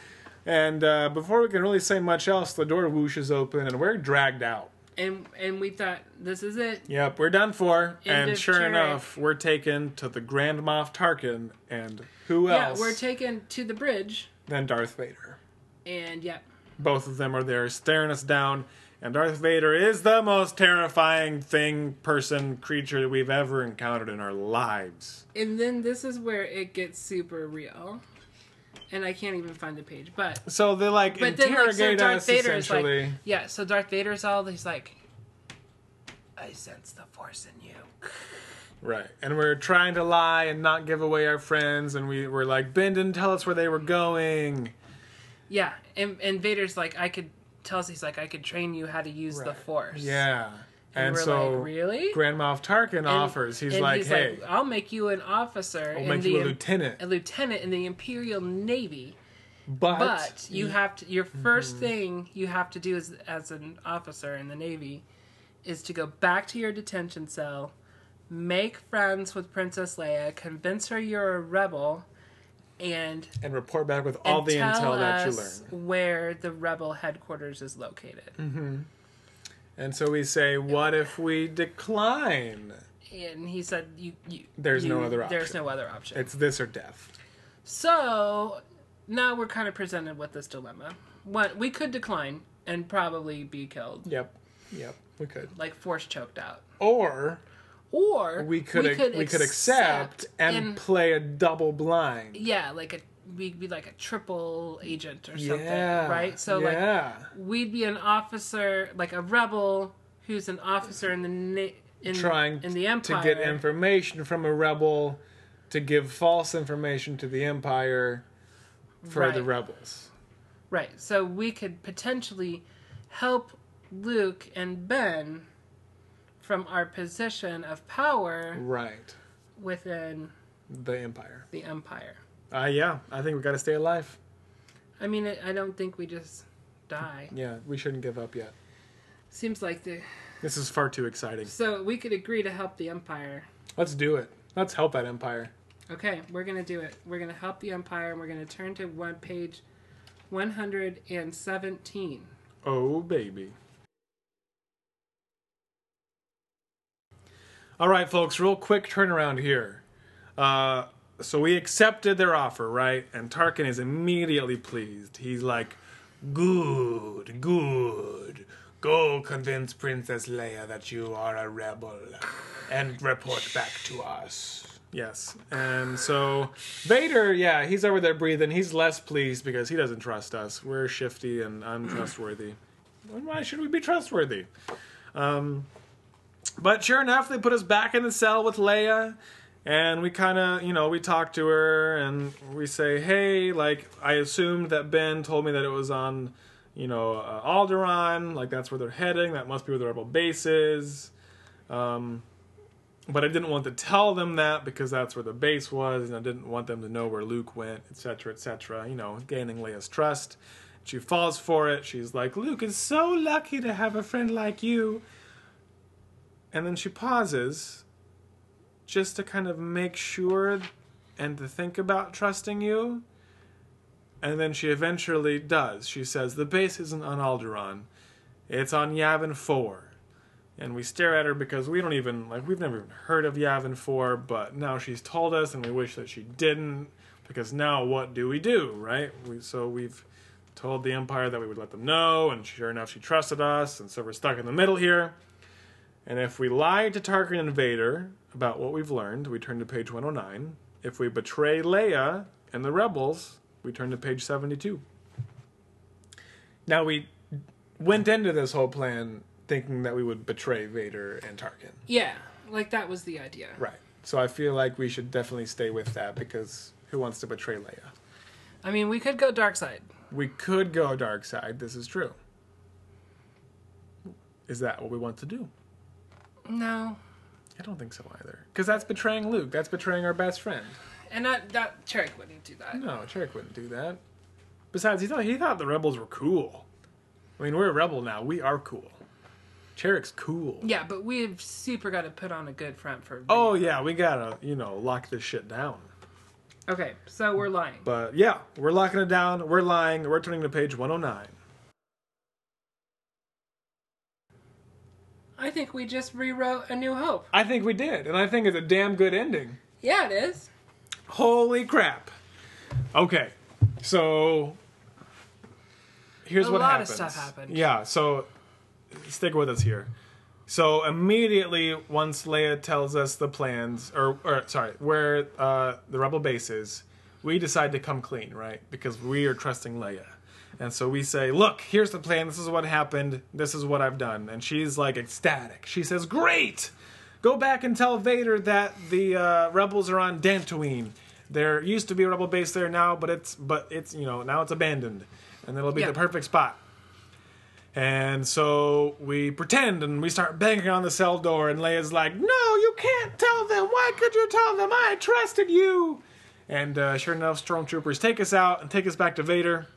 Speaker 3: and uh, before we can really say much else, the door whooshes open, and we're dragged out.
Speaker 2: and and we thought this is it
Speaker 3: Yep, we're done for,
Speaker 2: End
Speaker 3: and
Speaker 2: of
Speaker 3: sure
Speaker 2: turn.
Speaker 3: enough, we're taken to the Grand Moff Tarkin, and who
Speaker 2: yeah
Speaker 3: else
Speaker 2: we're taken to the bridge
Speaker 3: than Darth Vader.
Speaker 2: and yeah
Speaker 3: Both of them are there staring us down, and Darth Vader is the most terrifying thing, person, creature that we've ever encountered in our lives.
Speaker 2: and then this is where it gets super real and i can't even find the page but
Speaker 3: So they like
Speaker 2: but then like
Speaker 3: interrogate
Speaker 2: so
Speaker 3: us
Speaker 2: Darth Vader is
Speaker 3: essentially.
Speaker 2: like yeah, so Darth Vader's all he's like I sense the force in you.
Speaker 3: Right. And we're trying to lie and not give away our friends, and we were like, Ben didn't tell us where they were going.
Speaker 2: Yeah, and and Vader's like I could tells he's like I could train you how to use the
Speaker 3: Right.
Speaker 2: force.
Speaker 3: Yeah.
Speaker 2: And,
Speaker 3: And,
Speaker 2: we're
Speaker 3: so
Speaker 2: like, really?
Speaker 3: Grand Moff Tarkin
Speaker 2: And-
Speaker 3: offers. He's
Speaker 2: and
Speaker 3: like, hey,
Speaker 2: I'll make you an officer
Speaker 3: I'll
Speaker 2: in
Speaker 3: make
Speaker 2: the
Speaker 3: you a
Speaker 2: Im-
Speaker 3: lieutenant.
Speaker 2: a lieutenant in the Imperial Navy,
Speaker 3: But, Mm-hmm.
Speaker 2: but you have to your 1st thing you have to do as as an officer in the Navy is to go back to your detention cell, make friends with Princess Leia, convince her you're a rebel, and
Speaker 3: and report back with all
Speaker 2: and
Speaker 3: the
Speaker 2: tell
Speaker 3: intel that you learn. Mm.
Speaker 2: us where the rebel headquarters is located.
Speaker 3: And so we say, what if we decline?
Speaker 2: And he said, "You, you
Speaker 3: There's no
Speaker 2: you-
Speaker 3: other
Speaker 2: There's
Speaker 3: option.
Speaker 2: no other option."
Speaker 3: It's this or death.
Speaker 2: So now we're kind of presented with this dilemma. What we could decline and probably be killed,
Speaker 3: Yep. Yep. We could.
Speaker 2: like force choked out,
Speaker 3: Or
Speaker 2: or
Speaker 3: we could we could, accept and
Speaker 2: in-
Speaker 3: play a double blind.
Speaker 2: yeah, like a we'd be like a triple agent or something,
Speaker 3: Yeah.
Speaker 2: right? So like
Speaker 3: yeah.
Speaker 2: we'd be an officer, like a rebel who's an officer in the na- in,
Speaker 3: trying
Speaker 2: in the empire
Speaker 3: to get information from a rebel to give false information to the empire for the
Speaker 2: Right.
Speaker 3: rebels.
Speaker 2: Right. So we could potentially help Luke and Ben from our position of power
Speaker 3: Right.
Speaker 2: within
Speaker 3: The empire.
Speaker 2: the Empire.
Speaker 3: Uh yeah, I think we got to stay alive.
Speaker 2: I mean, I- I don't think we just die.
Speaker 3: Yeah, we shouldn't give up yet.
Speaker 2: Seems like the.
Speaker 3: This is far too exciting.
Speaker 2: So we could agree to help the Empire.
Speaker 3: Let's do it. Let's help that empire.
Speaker 2: Okay, we're going to do it. We're going to help the Empire and we're going to turn to one page 117.
Speaker 3: Oh, baby. All right, folks, real quick turnaround here. Uh, so we accepted their offer, right? And Tarkin is immediately pleased. He's like, good, good. Go convince Princess Leia that you are a rebel and report back to us. Yes. And so Vader, yeah, he's over there breathing. He's less pleased because he doesn't trust us. We're shifty and untrustworthy. And Why should we be trustworthy? Um, but sure enough, they put us back in the cell with Leia. And we kind of, you know, we talk to her and we say, hey, like, I assumed that Ben told me that it was on, you know, uh, Alderaan. Like, that's where they're heading. That must be where the rebel base is Um, but I didn't want to tell them that because that's where the base was, and I didn't want them to know where Luke went, etc., etc. You know, gaining Leia's trust. She falls for it. She's like, Luke is so lucky to have a friend like you. And then she pauses just to kind of make sure and to think about trusting you. And then she eventually does. She says, The base isn't on Alderaan, it's on Yavin 4. and we stare at her because we don't even like we've never even heard of Yavin Four, but now she's told us, and we wish that she didn't because now what do we do, right? We, so we've told the Empire that we would let them know, and sure enough, she trusted us, and so we're stuck in the middle here. And if we lie to Tarkin and Vader about what we've learned, we turn to page 109. If we betray Leia and the rebels, we turn to page 72. Now we went into this whole plan thinking that we would betray Vader and Tarkin.
Speaker 2: Yeah, like that was the idea.
Speaker 3: Right. So I feel like we should definitely stay with that because who wants to betray Leia?
Speaker 2: I mean, we could go dark side.
Speaker 3: We could go dark side. This is true. Is that what we want to do?
Speaker 2: No,
Speaker 3: I don't think so either. Because that's betraying Luke. That's betraying our best friend.
Speaker 2: and that that Tarek wouldn't do that.
Speaker 3: No, Tarek wouldn't do that. Besides, he thought he thought the rebels were cool. I mean, we're a rebel now. We are cool. Tarek's cool.
Speaker 2: Yeah, but we've super got to put on a good front for.
Speaker 3: Oh yeah, we gotta you know lock this shit down.
Speaker 2: Okay, so we're lying.
Speaker 3: But yeah, we're locking it down. We're lying. We're turning to page 109.
Speaker 2: I think we just rewrote A New Hope.
Speaker 3: I think we did, and I think it's a damn good ending.
Speaker 2: Yeah, it is.
Speaker 3: Holy crap. Okay. So here's
Speaker 2: A
Speaker 3: what
Speaker 2: lot of
Speaker 3: happens.
Speaker 2: stuff happened.
Speaker 3: Yeah, so stick with us here. So immediately once Leia tells us the plans or, or sorry, where uh, the rebel base is, we decide to come clean, right? Because we are trusting Leia. And so we say, "Look, here's the plan. This is what happened. This is what I've done." And she's like ecstatic. She says, "Great!" go back and tell Vader that the uh, rebels are on Dantooine. There used to be a rebel base there now, but it's but it's you know now it's abandoned, and it'll be
Speaker 2: Yeah.
Speaker 3: the perfect spot. And so we pretend and we start banging on the cell door, and Leia's like, "No, you can't tell them. Why could you tell them? I trusted you." And uh, sure enough, stormtroopers take us out and take us back to Vader.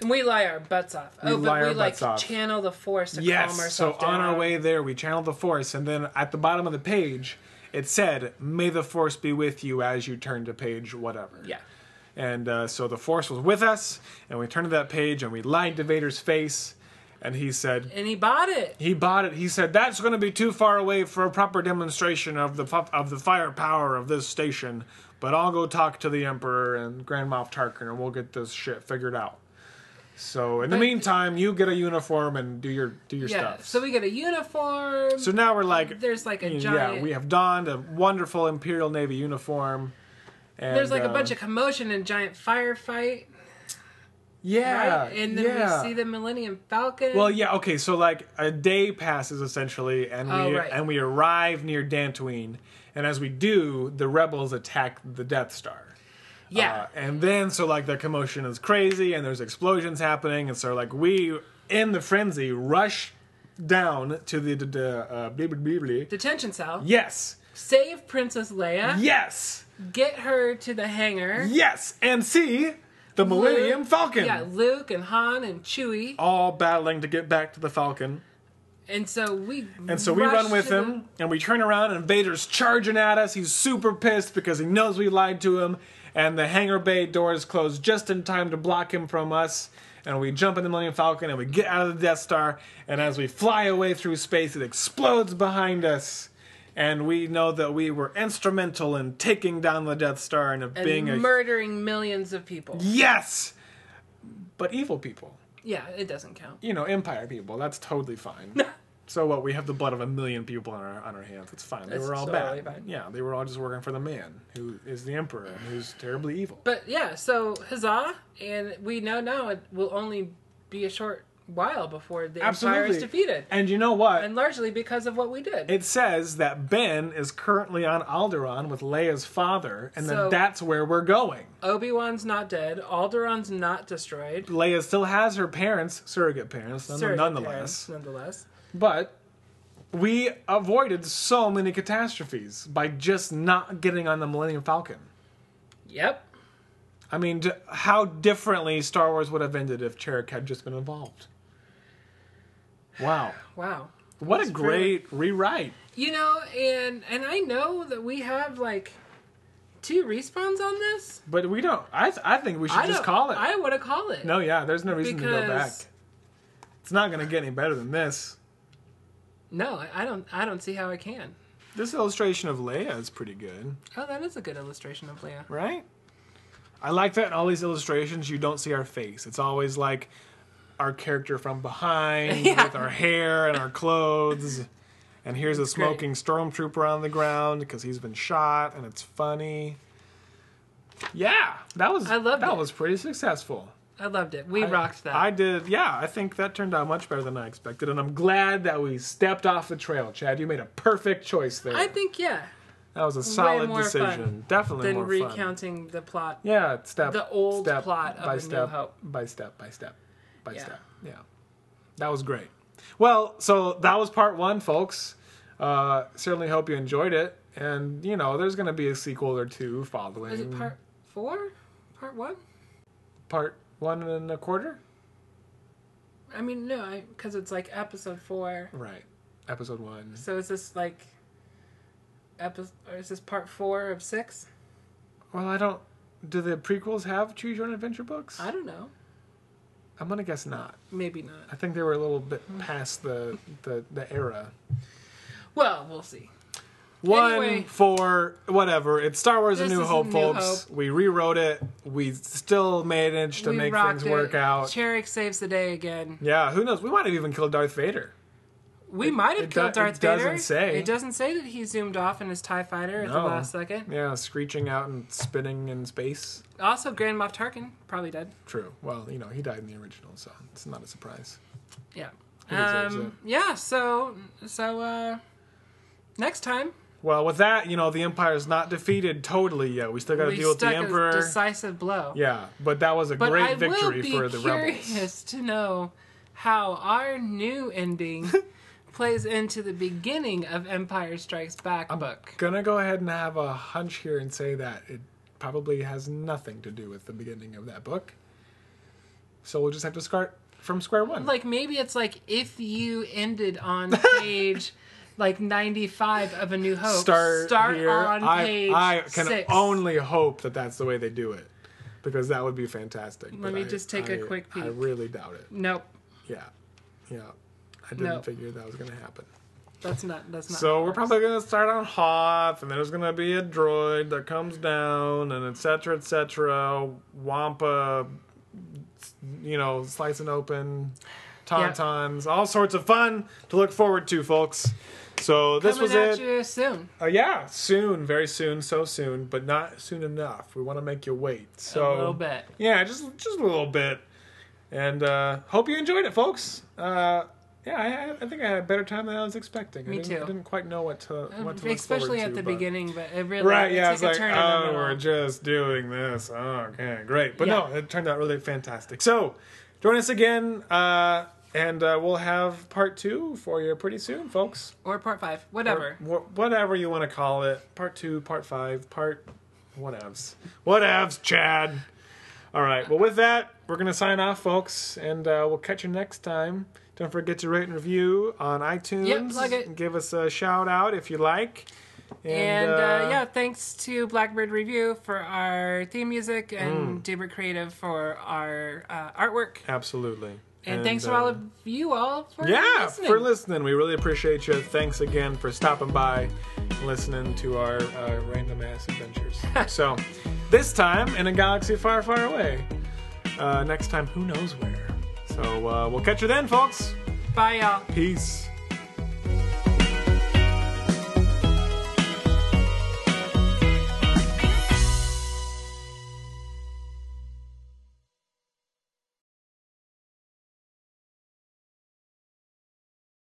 Speaker 2: And we lie our butts off. oh, but
Speaker 3: lie
Speaker 2: we
Speaker 3: our
Speaker 2: like
Speaker 3: butts off.
Speaker 2: channel the force to calm
Speaker 3: Yes. So
Speaker 2: ourselves
Speaker 3: on our
Speaker 2: down.
Speaker 3: way there, we channeled the force, and then at the bottom of the page, it said, "May the force be with you as you turn to page whatever."
Speaker 2: Yeah.
Speaker 3: And uh, so the force was with us, and we turned to that page, and we lied to Vader's face, and he said.
Speaker 2: And he bought it.
Speaker 3: He bought it. He said that's going to be too far away for a proper demonstration of the fu- of the firepower of this station. But I'll go talk to the Emperor and Grand Moff Tarkin, and we'll get this shit figured out. So in the
Speaker 2: But-
Speaker 3: meantime, you get a uniform and do your do your
Speaker 2: Yeah.
Speaker 3: stuff.
Speaker 2: So we get a uniform.
Speaker 3: So now we're like,
Speaker 2: There's like a
Speaker 3: yeah,
Speaker 2: giant-
Speaker 3: we have donned a wonderful Imperial Navy uniform. And,
Speaker 2: There's like a
Speaker 3: uh,
Speaker 2: bunch of commotion and giant firefight,
Speaker 3: yeah,
Speaker 2: right? And then
Speaker 3: yeah.
Speaker 2: we see the Millennium Falcon.
Speaker 3: Well, yeah, okay. So like a day passes essentially, and
Speaker 2: Oh,
Speaker 3: we
Speaker 2: right.
Speaker 3: and we arrive near Dantooine, and as we do, the rebels attack the Death Star.
Speaker 2: yeah.
Speaker 3: Uh, and then so like the commotion is crazy and there's explosions happening and so like we in the frenzy rush down to the, the, the uh, blah, blah, blah, blah.
Speaker 2: Detention cell.
Speaker 3: yes
Speaker 2: Save Princess Leia.
Speaker 3: yes
Speaker 2: Get her to the hangar.
Speaker 3: Yes, and see the Millennium Falcon.
Speaker 2: Yeah, Luke and Han and Chewie.
Speaker 3: All battling to get back to the Falcon.
Speaker 2: And so we
Speaker 3: And so we run with him, and we turn around, and Vader's charging at us. He's super pissed because he knows we lied to him. And the hangar bay doors close just in time to block him from us. And we jump in the Millennium Falcon, and we get out of the Death Star. And as we fly away through space, it explodes behind us. And we know that we were instrumental in taking down the Death Star and of
Speaker 2: and
Speaker 3: being a
Speaker 2: murdering millions of people.
Speaker 3: yes, but evil people.
Speaker 2: Yeah, it doesn't count.
Speaker 3: you know, empire people. That's totally fine. so what? We have the blood of a million people on our on our hands. It's fine. They
Speaker 2: It's
Speaker 3: were all
Speaker 2: totally
Speaker 3: bad.
Speaker 2: fine.
Speaker 3: Yeah, they were all just working for the man who is the emperor and who's terribly evil.
Speaker 2: But yeah, so huzzah! And we know now it will only be a short while before the Empire
Speaker 3: Absolutely.
Speaker 2: is defeated,
Speaker 3: And you know what?
Speaker 2: and largely because of what we did.
Speaker 3: it says that Ben is currently on Alderaan with Leia's father, and
Speaker 2: So-
Speaker 3: that that's where we're going.
Speaker 2: Obi Wan's not dead. Alderaan's not destroyed.
Speaker 3: Leia still has her parents, surrogate parents, none-
Speaker 2: Surrogate
Speaker 3: nonetheless.
Speaker 2: parents, nonetheless.
Speaker 3: But we avoided so many catastrophes by just not getting on the Millennium Falcon.
Speaker 2: Yep.
Speaker 3: I mean, d- how differently Star Wars would have ended if Cherrick had just been involved. Wow.
Speaker 2: Wow.
Speaker 3: What a
Speaker 2: That's
Speaker 3: great rewrite.
Speaker 2: You know, and and I know that we have like two respawns on this.
Speaker 3: But we don't. I, th- I think we should
Speaker 2: I
Speaker 3: just
Speaker 2: don't-
Speaker 3: call it.
Speaker 2: I want to call it.
Speaker 3: no, yeah, there's no reason to go back.
Speaker 2: because
Speaker 3: It's not going to get any better than this.
Speaker 2: No, I- I don't. I don't see how I can.
Speaker 3: This illustration of Leia is pretty good,
Speaker 2: Oh, that is a good illustration of Leia.
Speaker 3: right? I like that in all these illustrations, you don't see our face. It's always like our character from behind
Speaker 2: Yeah.
Speaker 3: with our hair and our clothes. And here's a
Speaker 2: great.
Speaker 3: smoking stormtrooper on the ground because he's been shot, and it's funny. Yeah, that was
Speaker 2: I loved
Speaker 3: that
Speaker 2: it.
Speaker 3: was pretty successful.
Speaker 2: I loved it. We rocked that.
Speaker 3: I did. Yeah, I think that turned out much better than I expected, and I'm glad that we stepped off the trail, Chad. You made a perfect choice there.
Speaker 2: I think yeah.
Speaker 3: that was a solid
Speaker 2: more
Speaker 3: decision.
Speaker 2: fun
Speaker 3: Definitely
Speaker 2: Then
Speaker 3: more fun.
Speaker 2: recounting the plot.
Speaker 3: Yeah, it's step
Speaker 2: the old
Speaker 3: step
Speaker 2: plot of
Speaker 3: by
Speaker 2: A New
Speaker 3: step
Speaker 2: Hope.
Speaker 3: by step by step by
Speaker 2: Yeah.
Speaker 3: step. Yeah, that was great. Well, so that was part one, folks. Uh, certainly hope you enjoyed it, and you know there's going to be a sequel or two following
Speaker 2: Was it part four? Part one?
Speaker 3: part one and a quarter.
Speaker 2: I mean, no, because it's like episode four.
Speaker 3: Right, episode one.
Speaker 2: So is this like episode? Or is this part four of six?
Speaker 3: Well, I don't. Do the prequels have choose your own adventure books?
Speaker 2: I don't know.
Speaker 3: I'm gonna guess not.
Speaker 2: Maybe not.
Speaker 3: I think they were a little bit
Speaker 2: Hmm.
Speaker 3: past the the, the era.
Speaker 2: Well, we'll see.
Speaker 3: One
Speaker 2: Anyway.
Speaker 3: for whatever. It's Star Wars: A
Speaker 2: This
Speaker 3: New
Speaker 2: is
Speaker 3: Hope,
Speaker 2: A New
Speaker 3: folks. We rewrote it. We still managed to
Speaker 2: we
Speaker 3: make
Speaker 2: rocked
Speaker 3: things
Speaker 2: it.
Speaker 3: work out.
Speaker 2: Cherick saves the day again.
Speaker 3: yeah, who knows? We might have even killed Darth Vader.
Speaker 2: We might have
Speaker 3: it
Speaker 2: killed
Speaker 3: do-
Speaker 2: Darth
Speaker 3: it
Speaker 2: Vader.
Speaker 3: doesn't say.
Speaker 2: It doesn't say that he zoomed off in his Tie Fighter at the
Speaker 3: No.
Speaker 2: last second.
Speaker 3: Yeah, screeching out and spinning in space.
Speaker 2: Also, Grand Moff Tarkin probably dead.
Speaker 3: True. Well, you know, he died in the original, so it's not a surprise.
Speaker 2: Yeah.
Speaker 3: deserves
Speaker 2: Um, yeah. So so uh, next time
Speaker 3: Well, with that, you know, the Empire's not defeated totally yet. We still got to
Speaker 2: we
Speaker 3: deal with the
Speaker 2: stuck
Speaker 3: Emperor.
Speaker 2: a decisive blow.
Speaker 3: Yeah, but that was a
Speaker 2: But
Speaker 3: great
Speaker 2: I
Speaker 3: victory
Speaker 2: will be
Speaker 3: for the
Speaker 2: curious
Speaker 3: rebels.
Speaker 2: to know how our new ending plays into the beginning of Empire Strikes Back book.
Speaker 3: Gonna go ahead and have a hunch here and say that it probably has nothing to do with the beginning of that book. So we'll just have to start from square one.
Speaker 2: Like maybe it's like if you ended on page like 95 of A New Hope,
Speaker 3: start, here.
Speaker 2: on
Speaker 3: I,
Speaker 2: page
Speaker 3: I can
Speaker 2: six.
Speaker 3: only hope that that's the way they do it, because that would be fantastic. but
Speaker 2: me
Speaker 3: I-
Speaker 2: just take a
Speaker 3: I-
Speaker 2: quick
Speaker 3: I
Speaker 2: peek.
Speaker 3: really doubt it.
Speaker 2: Nope,
Speaker 3: Yeah, yeah. I didn't
Speaker 2: No.
Speaker 3: figure that was gonna happen.
Speaker 2: that's not that's not.
Speaker 3: So we're probably gonna start on Hoth, and there's gonna be a droid that comes down, and etc. etc. Wampa, you know, slicing open, tauntauns, all sorts of fun to look forward to, folks. So this
Speaker 2: coming
Speaker 3: was
Speaker 2: at
Speaker 3: it.
Speaker 2: you soon.
Speaker 3: Uh, yeah, soon, very soon, so soon, but not soon enough. We want to make you wait. So
Speaker 2: a little bit.
Speaker 3: yeah, just just a little bit. And uh, hope you enjoyed it, folks. Uh, yeah, I- I, I think I had a better time than I was expecting. I
Speaker 2: Me
Speaker 3: didn't,
Speaker 2: too. Oh,
Speaker 3: I didn't quite know what to what to look
Speaker 2: Especially
Speaker 3: forward
Speaker 2: at
Speaker 3: to,
Speaker 2: the
Speaker 3: but-
Speaker 2: beginning, but it really
Speaker 3: Right?
Speaker 2: it
Speaker 3: Yeah,
Speaker 2: took
Speaker 3: it's
Speaker 2: a
Speaker 3: like
Speaker 2: turn in the
Speaker 3: oh,
Speaker 2: middle.
Speaker 3: we're just doing this. Oh, okay, great. But
Speaker 2: Yeah.
Speaker 3: no, it turned out really fantastic. So join us again, uh, and uh, we'll have part two for you pretty soon, folks.
Speaker 2: or part five, whatever.
Speaker 3: Or wh- whatever you want to call it. Part two, part five, part whatevs. Whatevs, Chad. All right. Well, with that, we're going to sign off, folks, and uh, we'll catch you next time. Don't forget to rate and review on iTunes.
Speaker 2: Yep, plug it.
Speaker 3: Give us a shout out if you like.
Speaker 2: And, uh, yeah, thanks to Blackbird Review for our theme music and Daybreak Creative for our uh, artwork.
Speaker 3: Absolutely.
Speaker 2: And, thanks to all
Speaker 3: uh,
Speaker 2: of you all for
Speaker 3: Yeah,
Speaker 2: listening.
Speaker 3: for listening. We really appreciate you. Thanks again for stopping by and listening to our uh, random ass adventures. so, this time in a galaxy far, far away. Uh, next time, who knows where. So, uh, we'll catch you then, folks.
Speaker 2: Bye, y'all.
Speaker 3: Peace.